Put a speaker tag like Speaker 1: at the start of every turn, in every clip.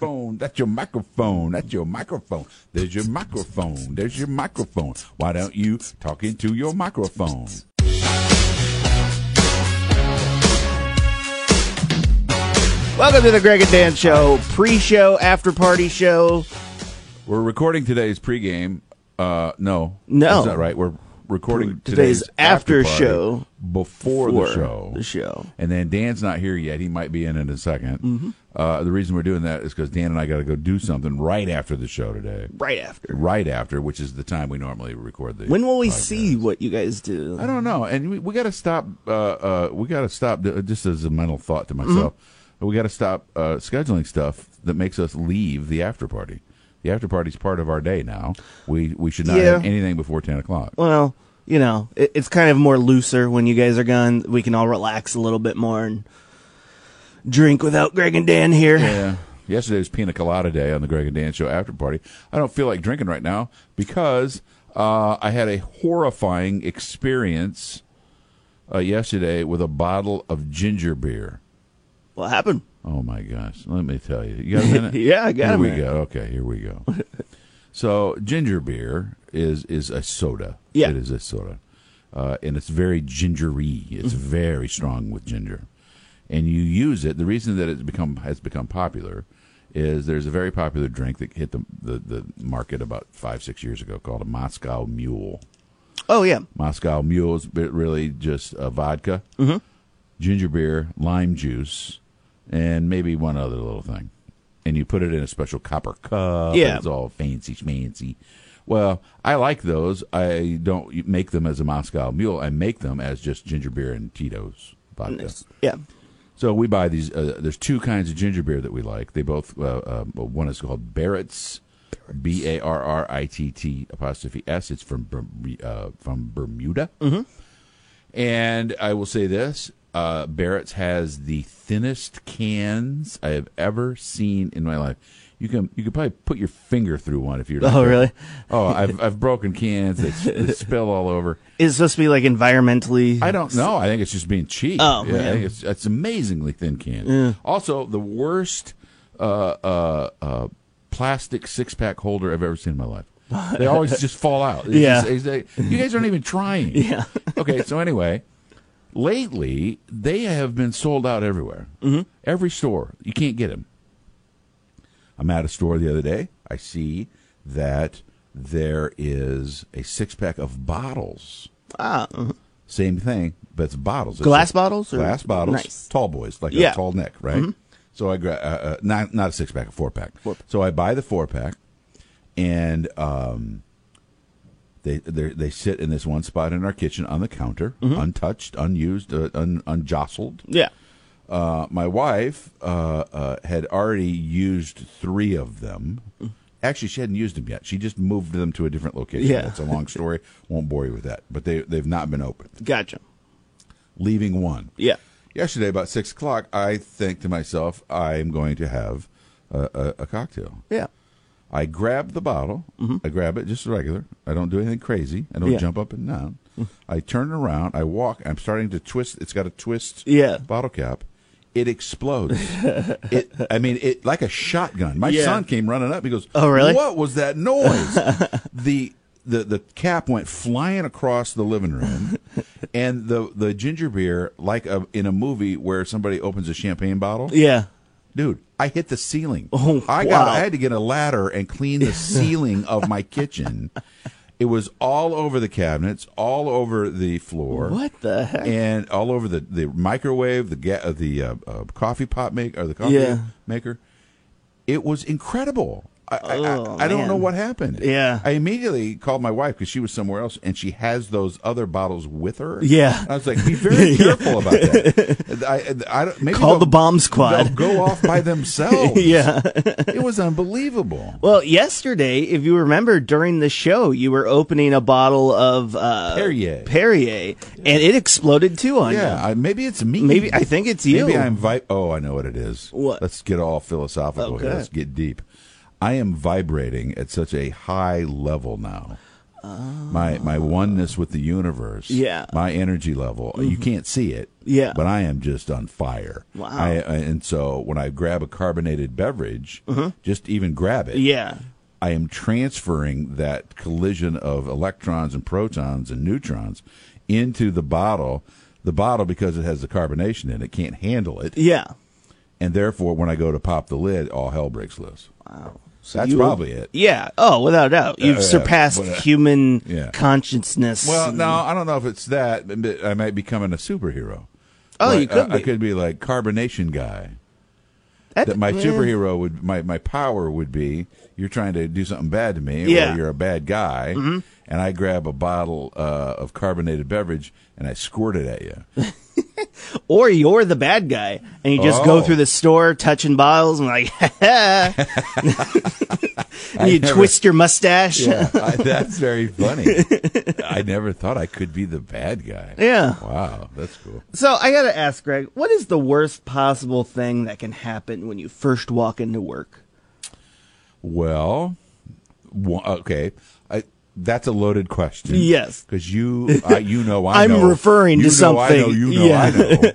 Speaker 1: microphone. That's your microphone. That's your microphone. There's your microphone. There's your microphone. Why don't you talk into your microphone?
Speaker 2: Welcome to the Greg and Dan Show, pre-show, after-party show.
Speaker 1: We're recording today's pregame. Uh, no,
Speaker 2: No.
Speaker 1: that's not right. We're recording
Speaker 2: Today's
Speaker 1: today's,
Speaker 2: after
Speaker 1: party
Speaker 2: show
Speaker 1: before,
Speaker 2: for
Speaker 1: the show.
Speaker 2: The show. Mm-hmm.
Speaker 1: And then Dan's not here yet. He might be in in a 2nd Uh, the reason we're doing that is because Dan and I got to go do something right after the show today.
Speaker 2: Right after.
Speaker 1: Right after, which is the time we normally record the.
Speaker 2: When will we
Speaker 1: podcast.
Speaker 2: see what you guys do?
Speaker 1: I don't know, and we, we got to stop. Uh, uh, we got to stop. uh, Just as a mental thought to myself, we got to stop uh, scheduling stuff that makes us leave the after party. The after party's part of our day now. We we should not
Speaker 2: Yeah.
Speaker 1: have anything before ten o'clock.
Speaker 2: Well, you know, it, it's kind of more looser when you guys are gone. We can all relax a little bit more and drink without Greg and Dan here.
Speaker 1: Yeah. Yesterday was Pina Colada Day on the Greg and Dan Show after party. I don't feel like drinking right now because uh, I had a horrifying experience uh, yesterday with a bottle of ginger beer.
Speaker 2: What happened?
Speaker 1: Oh my gosh! Let me tell you. You got a minute?
Speaker 2: Yeah, I got
Speaker 1: Here
Speaker 2: a
Speaker 1: we
Speaker 2: minute.
Speaker 1: go. Okay, here we go. so ginger beer is is a soda.
Speaker 2: Yeah.
Speaker 1: it is a soda, uh, and it's very gingery. It's
Speaker 2: Mm-hmm.
Speaker 1: very strong with ginger, and you use it. The reason that it's become has become popular is there's a very popular drink that hit the the, the market about five six years ago called a Moscow Mule.
Speaker 2: Oh, yeah.
Speaker 1: Moscow Mules, but really just uh, vodka, ginger beer, lime juice, and maybe one other little thing. And you put it in a special copper cup. and
Speaker 2: Yeah.
Speaker 1: it's all fancy schmancy. Well, I like those. I don't make them as a Moscow Mule. I make them as just ginger beer and Tito's vodka.
Speaker 2: Yeah.
Speaker 1: So we buy these. Uh, there's two kinds of ginger beer that we like. They both. Uh, uh, one is called Barrett's, B A R R I T T apostrophe S. It's from Berm- uh, from Bermuda.
Speaker 2: Mm-hmm.
Speaker 1: And I will say this: uh, Barrett's has the thinnest cans I have ever seen in my life. You can you could probably put your finger through one if you're. not
Speaker 2: Oh,
Speaker 1: careful.
Speaker 2: really?
Speaker 1: Oh, I've I've broken cans. They, s- they spill all over.
Speaker 2: Is it supposed to be like environmentally?
Speaker 1: I don't know. I think it's just being cheap.
Speaker 2: Oh,
Speaker 1: yeah, I
Speaker 2: yeah.
Speaker 1: think it's, it's amazingly thin can. Also, the worst uh, uh, uh, plastic six pack holder I've ever seen in my life. They always just fall out. It's
Speaker 2: Yeah.
Speaker 1: just- it's like, you guys aren't even trying.
Speaker 2: Yeah.
Speaker 1: okay. So anyway, lately they have been sold out everywhere. Mm-hmm. Every store you can't get them. I'm at a store the other day. I see that there is a six pack of bottles.
Speaker 2: Ah, mhm.
Speaker 1: Same thing, but it's bottles. It's
Speaker 2: Glass
Speaker 1: a-
Speaker 2: bottles or-
Speaker 1: Glass bottles.
Speaker 2: Nice.
Speaker 1: Tall boys, like
Speaker 2: Yeah. Mm-hmm.
Speaker 1: a tall neck, right? So I grab uh, uh, not not a six pack, a four pack. So I buy the four pack, and um, they they're- they sit in this one spot in our kitchen on the counter,
Speaker 2: Mm-hmm.
Speaker 1: untouched, unused, uh, un, unjostled.
Speaker 2: yeah.
Speaker 1: Uh, my wife uh, uh, had already used three of them. Actually, she hadn't used them yet. She just moved them to a different location.
Speaker 2: Yeah.
Speaker 1: That's a long story. Won't bore you with that. But they they've not been opened
Speaker 2: Gotcha.
Speaker 1: leaving one.
Speaker 2: Yeah.
Speaker 1: Yesterday, about six o'clock, I think to myself, I'm going to have a, a, a cocktail.
Speaker 2: Yeah.
Speaker 1: I grab the bottle. I grab it just regular. I don't do anything crazy. I don't
Speaker 2: Mm-hmm. Yeah. Mm-hmm.
Speaker 1: jump up and down. I turn around. I walk. I'm starting to twist. It's got a twist
Speaker 2: Yeah.
Speaker 1: bottle cap. It explodes. it, I mean, it like a shotgun. My
Speaker 2: Yeah.
Speaker 1: son came running up. He goes,
Speaker 2: Oh, really?
Speaker 1: What was that noise?" the the the cap went flying across the living room, and the the ginger beer, like a, in a movie where somebody opens a champagne bottle,
Speaker 2: Yeah.
Speaker 1: dude i hit the ceiling
Speaker 2: Oh,
Speaker 1: i got
Speaker 2: wow.
Speaker 1: i had to get a ladder and clean the ceiling of my kitchen it was all over the cabinets all over the floor
Speaker 2: What the heck?
Speaker 1: and all over the, the microwave the ga- uh, the uh, uh, coffee pot maker or the coffee
Speaker 2: Yeah.
Speaker 1: maker it was incredible I, I-
Speaker 2: Oh,
Speaker 1: I, I don't
Speaker 2: man.
Speaker 1: know what happened.
Speaker 2: Yeah.
Speaker 1: I immediately called my wife because she was somewhere else, and she has those other bottles with her.
Speaker 2: Yeah.
Speaker 1: And I was like, "Be very careful about that." I, I, don't- maybe
Speaker 2: Call
Speaker 1: they'll-
Speaker 2: the bomb squad.
Speaker 1: They'll go off by themselves.
Speaker 2: Yeah.
Speaker 1: It was unbelievable.
Speaker 2: Well, yesterday, if you remember during the show, you were opening a bottle of uh,
Speaker 1: Perrier.
Speaker 2: Perrier, and it exploded too on
Speaker 1: Yeah,
Speaker 2: you.
Speaker 1: I, maybe it's me.
Speaker 2: Maybe I think it's you.
Speaker 1: Maybe I invite. Oh, I know what it is.
Speaker 2: What?
Speaker 1: Let's get all philosophical here.
Speaker 2: Okay.
Speaker 1: Let's get deep. I am vibrating at such a high level now my my oneness with the universe.
Speaker 2: Yeah. Mm-hmm.
Speaker 1: my energy level. You can't see it.
Speaker 2: Yeah.
Speaker 1: but I am just on fire.
Speaker 2: Wow.
Speaker 1: I, I- and so when I grab a carbonated beverage,
Speaker 2: Uh-huh.
Speaker 1: just even grab it,
Speaker 2: Yeah.
Speaker 1: I am transferring that collision of electrons and protons and neutrons into the bottle. The bottle, because it has the carbonation in it, can't handle it,
Speaker 2: Yeah.
Speaker 1: and therefore, when I go to pop the lid, all hell breaks loose.
Speaker 2: Wow. So
Speaker 1: That's
Speaker 2: you-
Speaker 1: probably it.
Speaker 2: Yeah. Oh, without a doubt. You've
Speaker 1: yeah,
Speaker 2: surpassed
Speaker 1: but, uh,
Speaker 2: human
Speaker 1: yeah.
Speaker 2: consciousness.
Speaker 1: Well, no, I don't know if it's that. but- But I might be becoming a superhero.
Speaker 2: Oh,
Speaker 1: Like,
Speaker 2: you could
Speaker 1: I, I
Speaker 2: be.
Speaker 1: could be like carbonation guy.
Speaker 2: That-
Speaker 1: That my
Speaker 2: yeah.
Speaker 1: superhero would my my power would be you're trying to do something bad to me,
Speaker 2: Yeah. Mm-hmm.
Speaker 1: or you're a bad guy, and I grab a bottle uh, of carbonated beverage and I squirt it at you.
Speaker 2: Or you're the bad guy and you just go
Speaker 1: Oh.
Speaker 2: through the store touching bottles and like, and you
Speaker 1: never-
Speaker 2: twist your mustache.
Speaker 1: Yeah, I- that's very funny. I never thought I could be the bad guy.
Speaker 2: Yeah.
Speaker 1: Wow, that's cool.
Speaker 2: So I got to ask, Greg, what is the worst possible thing that can happen when you first walk into work?
Speaker 1: Well, wa- okay, I, that's a loaded question.
Speaker 2: Yes.
Speaker 1: because you, I, you know, I
Speaker 2: I'm
Speaker 1: know.
Speaker 2: referring
Speaker 1: you
Speaker 2: to
Speaker 1: know I know,
Speaker 2: something.
Speaker 1: you know,
Speaker 2: Yeah.
Speaker 1: I know.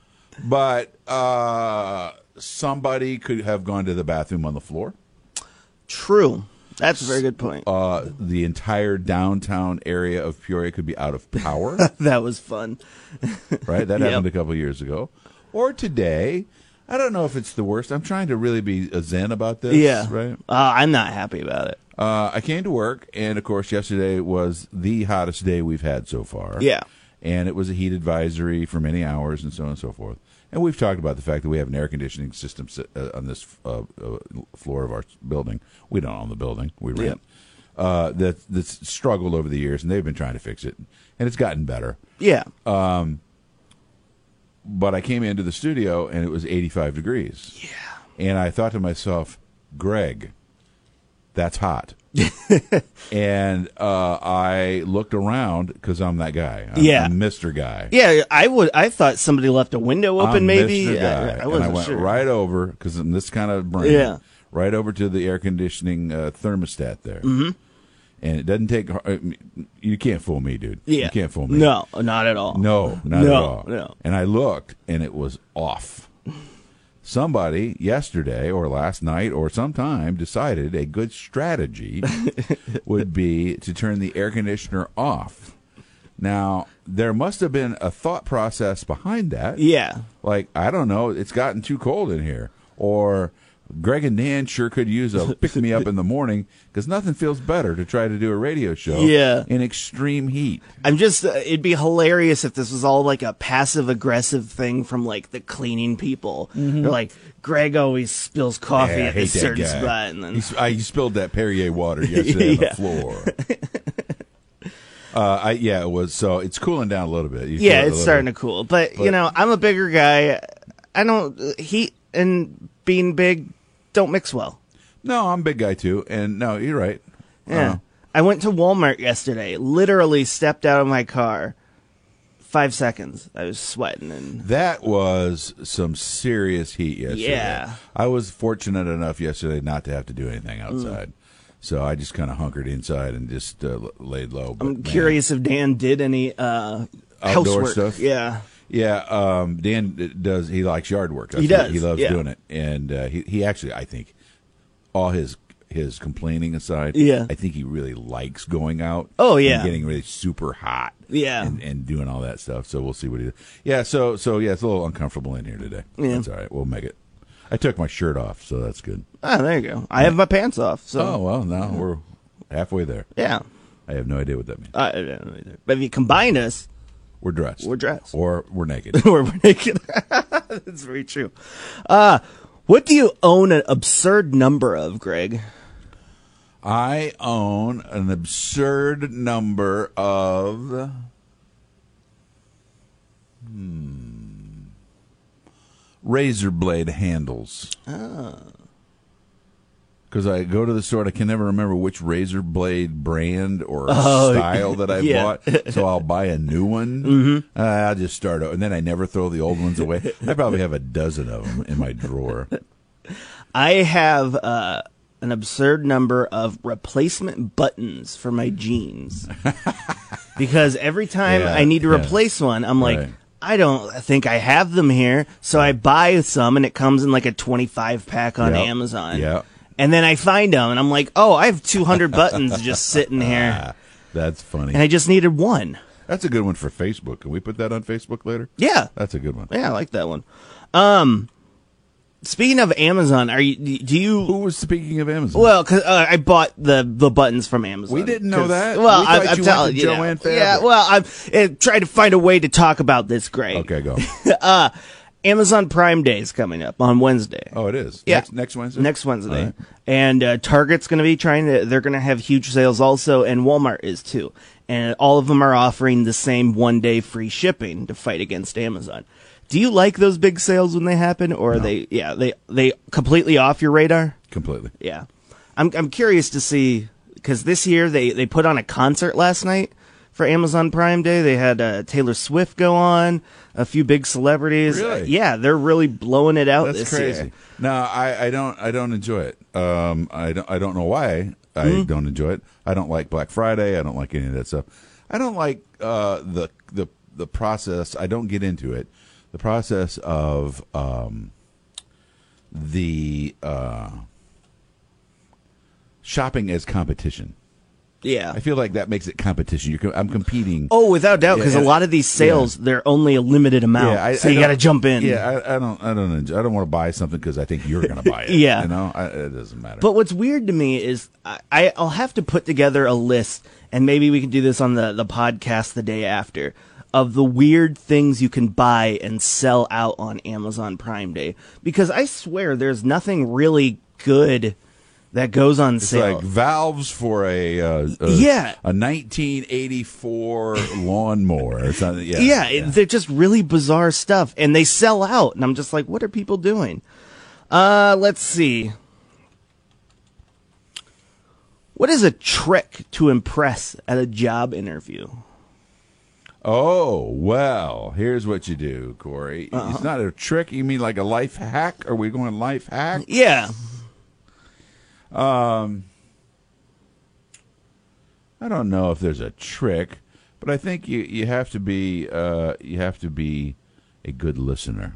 Speaker 1: but uh, somebody could have gone to the bathroom on the floor.
Speaker 2: True. That's a very good point.
Speaker 1: Uh, the entire downtown area of Peoria could be out of power.
Speaker 2: that was fun.
Speaker 1: right, that
Speaker 2: Yep.
Speaker 1: happened a couple years ago, or today. I don't know if it's the worst. I'm trying to really be a zen about this.
Speaker 2: Yeah.
Speaker 1: right.
Speaker 2: Uh, I'm not happy about it.
Speaker 1: Uh, I came to work, and of course, yesterday was the hottest day we've had so far.
Speaker 2: Yeah.
Speaker 1: And it was a heat advisory for many hours and so on and so forth. And we've talked about the fact that we have an air conditioning system si- uh, on this uh, uh, floor of our building. We don't own the building, we rent. Uh, that, that's struggled over the years, and they've been trying to fix it. And it's gotten better.
Speaker 2: Yeah.
Speaker 1: Oh. But I came into the studio, and it was 85 degrees.
Speaker 2: yeah.
Speaker 1: And I thought to myself, Greg, that's hot. and uh, I looked around because I'm that guy. I'm,
Speaker 2: Yeah.
Speaker 1: I'm Mr. Guy.
Speaker 2: Yeah, I would. I thought somebody left a window open.
Speaker 1: I'm
Speaker 2: maybe
Speaker 1: Mr. Guy.
Speaker 2: I, I
Speaker 1: and
Speaker 2: wasn't
Speaker 1: I went
Speaker 2: sure.
Speaker 1: right over because I'm this kind of brain.
Speaker 2: Yeah.
Speaker 1: Right over to the air conditioning uh, thermostat there. Mm-hmm. And it doesn't take. I mean, You can't fool me, dude.
Speaker 2: Yeah,
Speaker 1: You can't fool me.
Speaker 2: No, not at all.
Speaker 1: No, not
Speaker 2: No,
Speaker 1: at all.
Speaker 2: no.
Speaker 1: And I looked, and it was off. Somebody yesterday or last night or sometime decided a good strategy would be to turn the air conditioner off. Now, there must have been a thought process behind that.
Speaker 2: Yeah.
Speaker 1: Like, I don't know, it's gotten too cold in here. Or Greg and Dan sure could use a pick me up in the morning because nothing feels better to try to do a radio show
Speaker 2: Yeah.
Speaker 1: in extreme heat.
Speaker 2: I'm just. Uh, it'd be hilarious if this was all like a passive aggressive thing from like the cleaning people. They're like, Greg always spills coffee
Speaker 1: Mm-hmm. Yeah, I
Speaker 2: at this
Speaker 1: hate that
Speaker 2: certain
Speaker 1: guy.
Speaker 2: spot, and
Speaker 1: he,
Speaker 2: then
Speaker 1: sp- I, he spilled that Perrier water yesterday
Speaker 2: Yeah.
Speaker 1: on the floor. uh, I, yeah, it was. So it's cooling down a little bit. You feel
Speaker 2: yeah,
Speaker 1: it a
Speaker 2: it's
Speaker 1: little-
Speaker 2: starting to cool. But, you know, I'm a bigger guy. I don't. Heat and being big don't mix well.
Speaker 1: No, I'm a big guy too, and no, you're right.
Speaker 2: Yeah.
Speaker 1: Uh,
Speaker 2: I went to Walmart yesterday. Literally stepped out of my car. Five seconds. I was sweating and
Speaker 1: that was some serious heat yesterday.
Speaker 2: Yeah. Mm.
Speaker 1: I was fortunate enough yesterday not to have to do anything outside, so I just kind of hunkered inside and just uh, l- laid low. But,
Speaker 2: I'm
Speaker 1: man,
Speaker 2: curious if Dan did any uh, housework.
Speaker 1: stuff?
Speaker 2: Yeah.
Speaker 1: Yeah, um, Dan d- does. He likes yard work. That's
Speaker 2: He
Speaker 1: what-
Speaker 2: does,
Speaker 1: He loves
Speaker 2: yeah.
Speaker 1: doing it, and uh, he he actually, I think, all his his complaining aside,
Speaker 2: Yeah.
Speaker 1: I think he really likes going out.
Speaker 2: Oh,
Speaker 1: and
Speaker 2: yeah.
Speaker 1: getting really super hot.
Speaker 2: Yeah.
Speaker 1: and, and doing all that stuff. So we'll see what he does. Yeah, so so yeah, it's a little uncomfortable in here today.
Speaker 2: Yeah.
Speaker 1: That's all right. We'll make it. I took my shirt off, so that's good.
Speaker 2: Oh, there you go. I have my pants off. So
Speaker 1: Oh well, now we're halfway there.
Speaker 2: yeah. Uh,
Speaker 1: I have no idea what that means.
Speaker 2: I, I don't know either. But if you combine us,
Speaker 1: We're dressed.
Speaker 2: We're dressed.
Speaker 1: or we're naked.
Speaker 2: we're naked. That's very true. Uh, what do you own an absurd number of, Greg?
Speaker 1: I own an absurd number of. Hmm. hmm, Razor blade handles.
Speaker 2: Ah.
Speaker 1: Because I go to the store, and I can never remember which razor blade brand or
Speaker 2: Oh,
Speaker 1: style that I
Speaker 2: yeah.
Speaker 1: bought, so I'll buy a new one. Mm-hmm. Uh, I'll just start, o- and then I never throw the old ones away. I probably have a dozen of them in my drawer.
Speaker 2: I have uh, an absurd number of replacement buttons for my jeans. because every time
Speaker 1: Yeah,
Speaker 2: I need to
Speaker 1: yeah.
Speaker 2: replace one, I'm like,
Speaker 1: Right.
Speaker 2: I don't think I have them here. So I buy some and it comes in like a 25 pack on
Speaker 1: Yep.
Speaker 2: Amazon.
Speaker 1: Yep.
Speaker 2: And then I find them and I'm like, oh, I have 200 buttons just sitting
Speaker 1: Ah.
Speaker 2: here.
Speaker 1: Uh, That's
Speaker 2: And
Speaker 1: funny.
Speaker 2: I just needed one.
Speaker 1: That's a good one for Facebook. Can we put that on Facebook later?
Speaker 2: Yeah.
Speaker 1: That's a good one.
Speaker 2: Yeah, I like that one. Um, speaking of Amazon, are you, do you,
Speaker 1: Who was speaking of Amazon?
Speaker 2: Well, 'cause, uh, I bought the the buttons from Amazon.
Speaker 1: We didn't know
Speaker 2: 'Cause-
Speaker 1: that.
Speaker 2: Well,
Speaker 1: We
Speaker 2: I,
Speaker 1: thought
Speaker 2: I'm
Speaker 1: you went
Speaker 2: telling
Speaker 1: to
Speaker 2: you. know.
Speaker 1: Joanne Fabric.
Speaker 2: yeah. Well, I'm uh, trying to find a way to talk about this. Great.
Speaker 1: okay, go.
Speaker 2: Amazon Prime Day is coming up on Wednesday.
Speaker 1: Oh, it is.
Speaker 2: Yeah.
Speaker 1: Next, next Wednesday.
Speaker 2: Next Wednesday,
Speaker 1: All right.
Speaker 2: and uh, Target's going to be trying to. They're going to have huge sales also, and Walmart is too. And all of them are offering the same one day free shipping to fight against Amazon. Do you like those big sales when they happen, or are they? Yeah, they they completely off your radar.
Speaker 1: Completely.
Speaker 2: Yeah, I'm I'm curious to see because this year they they put on a concert last night for Amazon Prime Day. They had uh, Taylor Swift go on, a few big celebrities. Uh,
Speaker 1: Really?
Speaker 2: yeah, they're really blowing it out
Speaker 1: That's
Speaker 2: Oh, this
Speaker 1: crazy.
Speaker 2: year.
Speaker 1: No, I, I don't. I don't enjoy it. Um, I don't. I don't know why I
Speaker 2: Hmm?
Speaker 1: don't enjoy it. I don't like Black Friday. I don't like any of that stuff. I don't like uh, the the the process. I don't get into it. The process of um, the uh, shopping as competition.
Speaker 2: Yeah.
Speaker 1: I feel like that makes it competition. You're, co- I'm competing.
Speaker 2: Oh, without doubt,
Speaker 1: Yeah,
Speaker 2: because
Speaker 1: yeah.
Speaker 2: a lot of these sales they're only a limited amount,
Speaker 1: I-
Speaker 2: Oh, so
Speaker 1: I
Speaker 2: you got to
Speaker 1: don't-
Speaker 2: jump in.
Speaker 1: Yeah, I, I don't, I don't, enjoy, I don't want to buy something because I think you're going to buy it.
Speaker 2: Yeah.
Speaker 1: you know, I, it doesn't matter.
Speaker 2: But what's weird to me is I, I- I'll have to put together a list, and maybe we can do this on the, the podcast the day after, of the weird things you can buy and sell out on Amazon Prime Day. Because I swear there's nothing really good that goes on
Speaker 1: It's
Speaker 2: sale.
Speaker 1: like valves for a, uh, a
Speaker 2: Yeah.
Speaker 1: a 1984 lawnmower or something. Yeah,
Speaker 2: yeah, it- they're just really bizarre stuff, and they sell out. And I'm just like, what are people doing? Uh, let's see. What is a trick to impress at a job interview?
Speaker 1: Oh well, here's what you do, Corey.
Speaker 2: Uh-huh.
Speaker 1: It's not a trick. You mean like a life hack? Are we going life hack?
Speaker 2: Yeah,
Speaker 1: I don't know if there's a trick, but I think you you have to be uh, you have to be a good listener.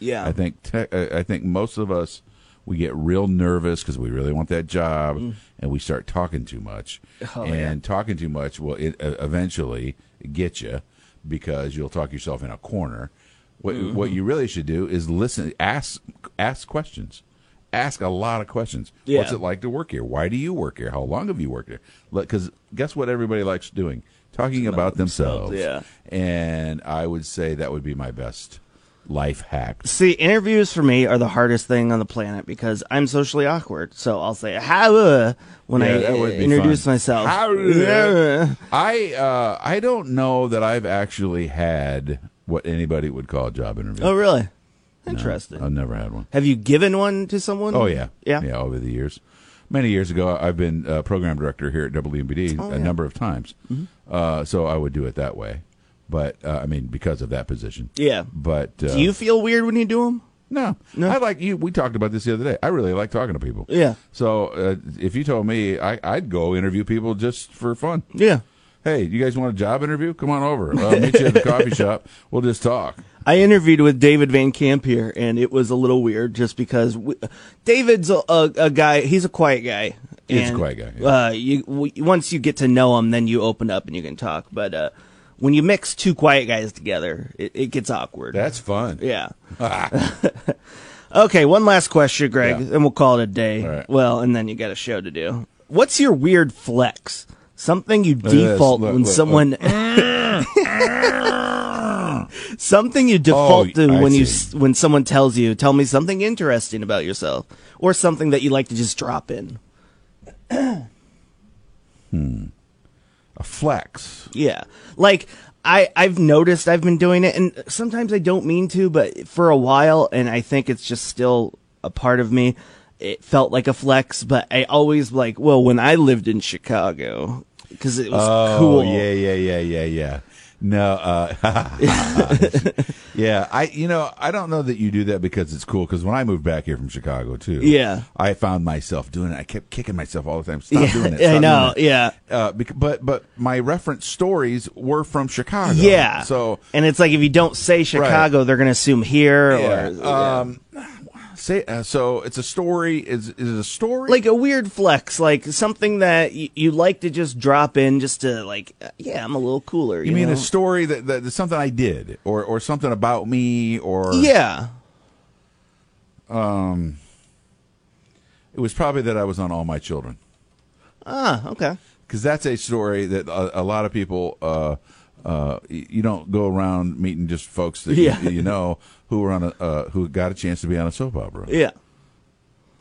Speaker 2: yeah,
Speaker 1: I think te- uh, I think most of us we get real nervous because we really want that job, and we start talking too much.
Speaker 2: Mm. Oh,
Speaker 1: and
Speaker 2: yeah.
Speaker 1: talking too much will it, uh, eventually get you because you'll talk yourself in a corner. What
Speaker 2: Mm-hmm.
Speaker 1: what you really should do is listen, ask ask questions, ask a lot of questions. What's
Speaker 2: Yeah.
Speaker 1: it like to work here? Why do you work here? How long have you worked here? Because guess what everybody likes doing. Talking about themselves,
Speaker 2: themselves,
Speaker 1: and I would say that would be my best life hack.
Speaker 2: See, interviews for me are the hardest thing on the planet because I'm socially awkward. So I'll say "how" when
Speaker 1: Yeah,
Speaker 2: I
Speaker 1: that would be
Speaker 2: introduce
Speaker 1: fun.
Speaker 2: myself.
Speaker 1: Howdy. I uh, I don't know that I've actually had what anybody would call a job interview.
Speaker 2: Oh, really? Interesting.
Speaker 1: I've never had one.
Speaker 2: Have you given one to someone?
Speaker 1: Oh yeah,
Speaker 2: yeah.
Speaker 1: yeah. Over the years, many years ago, I've been uh, program director here at WMBD a
Speaker 2: Oh, yeah. Mm-hmm.
Speaker 1: number of times. Uh, so I would do it that way, but uh, I mean because of that position.
Speaker 2: Yeah.
Speaker 1: But uh,
Speaker 2: Do you feel weird when you do them?
Speaker 1: No, I like you. We talked about this the other day. I really like talking to people.
Speaker 2: Yeah.
Speaker 1: So uh, if you told me, I, I'd go interview people just for fun.
Speaker 2: Yeah.
Speaker 1: hey, you guys want a job interview? Come on over. I'll meet you at the coffee shop. We'll just talk.
Speaker 2: I interviewed with David Van Camp here, and it was a little weird just because we, David's a, a, a guy. He's a quiet guy.
Speaker 1: He's a
Speaker 2: and,
Speaker 1: quiet guy,
Speaker 2: Uh, you w- once you get to know him, then you open up and you can talk. But uh, when you mix two quiet guys together, it, it gets awkward.
Speaker 1: That's fun.
Speaker 2: yeah. okay, one last question, Greg,
Speaker 1: Yeah.
Speaker 2: and we'll call it a day.
Speaker 1: All right.
Speaker 2: Well, and then you got a show to do. What's your weird flex? Something you
Speaker 1: this.
Speaker 2: default
Speaker 1: Look,
Speaker 2: when
Speaker 1: look, look.
Speaker 2: someone. something you default
Speaker 1: Oh,
Speaker 2: to
Speaker 1: I
Speaker 2: when you
Speaker 1: see.
Speaker 2: s- when someone tells you, tell me something interesting about yourself, or something that you like to just drop in.
Speaker 1: A flex.
Speaker 2: Yeah, like I I've noticed I've been doing it, and sometimes I don't mean to, but for a while, and I think it's just still a part of me. It felt like a flex, but I always like well when I lived in Chicago because it was
Speaker 1: Oh,
Speaker 2: cool.
Speaker 1: yeah, yeah, yeah, yeah, yeah. No, uh, yeah, I you know I don't know that you do that because it's cool. Because when I moved back here from Chicago too,
Speaker 2: Yeah.
Speaker 1: I found myself doing it. I kept kicking myself all the time. Stop doing it.
Speaker 2: I
Speaker 1: stop
Speaker 2: know.
Speaker 1: doing it.
Speaker 2: Yeah.
Speaker 1: Uh, bec- but but my reference stories were from Chicago.
Speaker 2: Yeah.
Speaker 1: So
Speaker 2: and it's like if you don't say Chicago, they're gonna assume here
Speaker 1: yeah,
Speaker 2: or
Speaker 1: um, say uh, so it's a story. Is is it a story?
Speaker 2: like a weird flex, like something that you, you like to just drop in just to like, uh, yeah, I'm a little cooler. You,
Speaker 1: you mean
Speaker 2: know?
Speaker 1: a story that, that, that's something I did or or something about me or
Speaker 2: Yeah.
Speaker 1: It was probably that I was on all my children.
Speaker 2: Ah, okay.
Speaker 1: because that's a story that a, a lot of people uh, uh, y- you don't go around meeting just folks that you-
Speaker 2: Yeah.
Speaker 1: you, know who were on a uh, who got a chance to be on a soap opera.
Speaker 2: Yeah.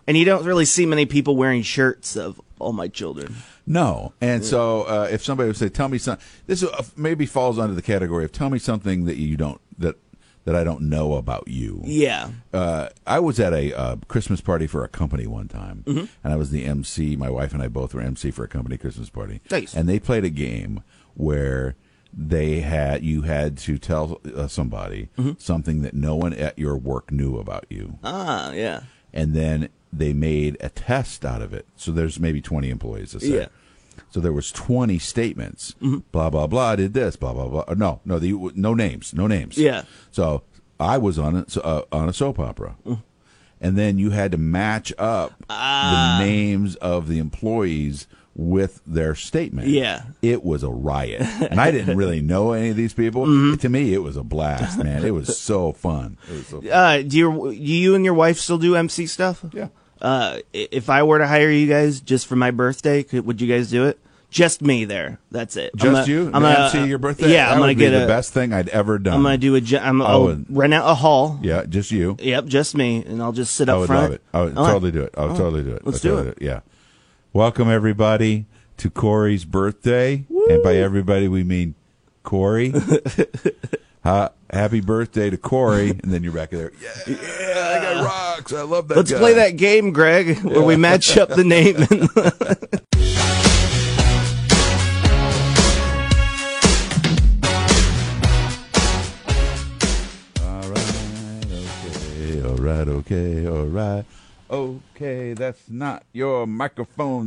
Speaker 2: And you don't really see many people wearing shirts of all my children.
Speaker 1: No, and so uh, if somebody would say, "Tell me something," this is, uh, maybe falls under the category of "Tell me something that you don't that that I don't know about you."
Speaker 2: Yeah.
Speaker 1: uh, I was at a uh, Christmas party for a company one time, and I was the MC. My wife and I both were MC for a company Christmas party.
Speaker 2: Nice.
Speaker 1: And they played a game where they had you had to tell uh, somebody something that no one at your work knew about you,
Speaker 2: Ah, yeah.
Speaker 1: and then they made a test out of it. So there's maybe 20 employees. This
Speaker 2: Yeah.
Speaker 1: So there was 20 statements. Blah blah blah. Did this. Blah blah blah. No, no, the, no names. No names.
Speaker 2: Yeah.
Speaker 1: So I was on a, so- uh, on a soap opera. And then you had to match up the names of the employees with their statement.
Speaker 2: Yeah.
Speaker 1: It was a riot. And I didn't really know any of these people. To me, it was a blast, man. It was so fun. It was so fun.
Speaker 2: Uh, do you, do you and your wife still do MC stuff?
Speaker 1: Yeah.
Speaker 2: Uh, i- if I were to hire you guys just for my birthday, could, would you guys do it? Just me there. That's it. I'm
Speaker 1: Just
Speaker 2: gonna-
Speaker 1: you?
Speaker 2: I'm
Speaker 1: Man,
Speaker 2: gonna-
Speaker 1: see your birthday?
Speaker 2: Yeah,
Speaker 1: that
Speaker 2: I'm gonna
Speaker 1: would be
Speaker 2: get
Speaker 1: the
Speaker 2: a.
Speaker 1: best thing I'd ever done.
Speaker 2: am gonna do a. ge- I'm, I'll
Speaker 1: would-
Speaker 2: rent out a hall.
Speaker 1: yeah, just you.
Speaker 2: Yep, just me, and I'll just sit
Speaker 1: I
Speaker 2: up
Speaker 1: would
Speaker 2: front.
Speaker 1: love it. I would
Speaker 2: All right.
Speaker 1: totally do it. I would totally do it.
Speaker 2: Let's
Speaker 1: I'd totally
Speaker 2: do it.
Speaker 1: Yeah. Welcome everybody to Corey's birthday, and by everybody we mean Corey. Ha- happy birthday to Corey, and then you're back there. Yeah, that guy rocks. I love that.
Speaker 2: Let's
Speaker 1: guy.
Speaker 2: play that game, Greg, where we match up the name. And
Speaker 1: All right, okay, all right, okay, all right, okay. That's not your microphone.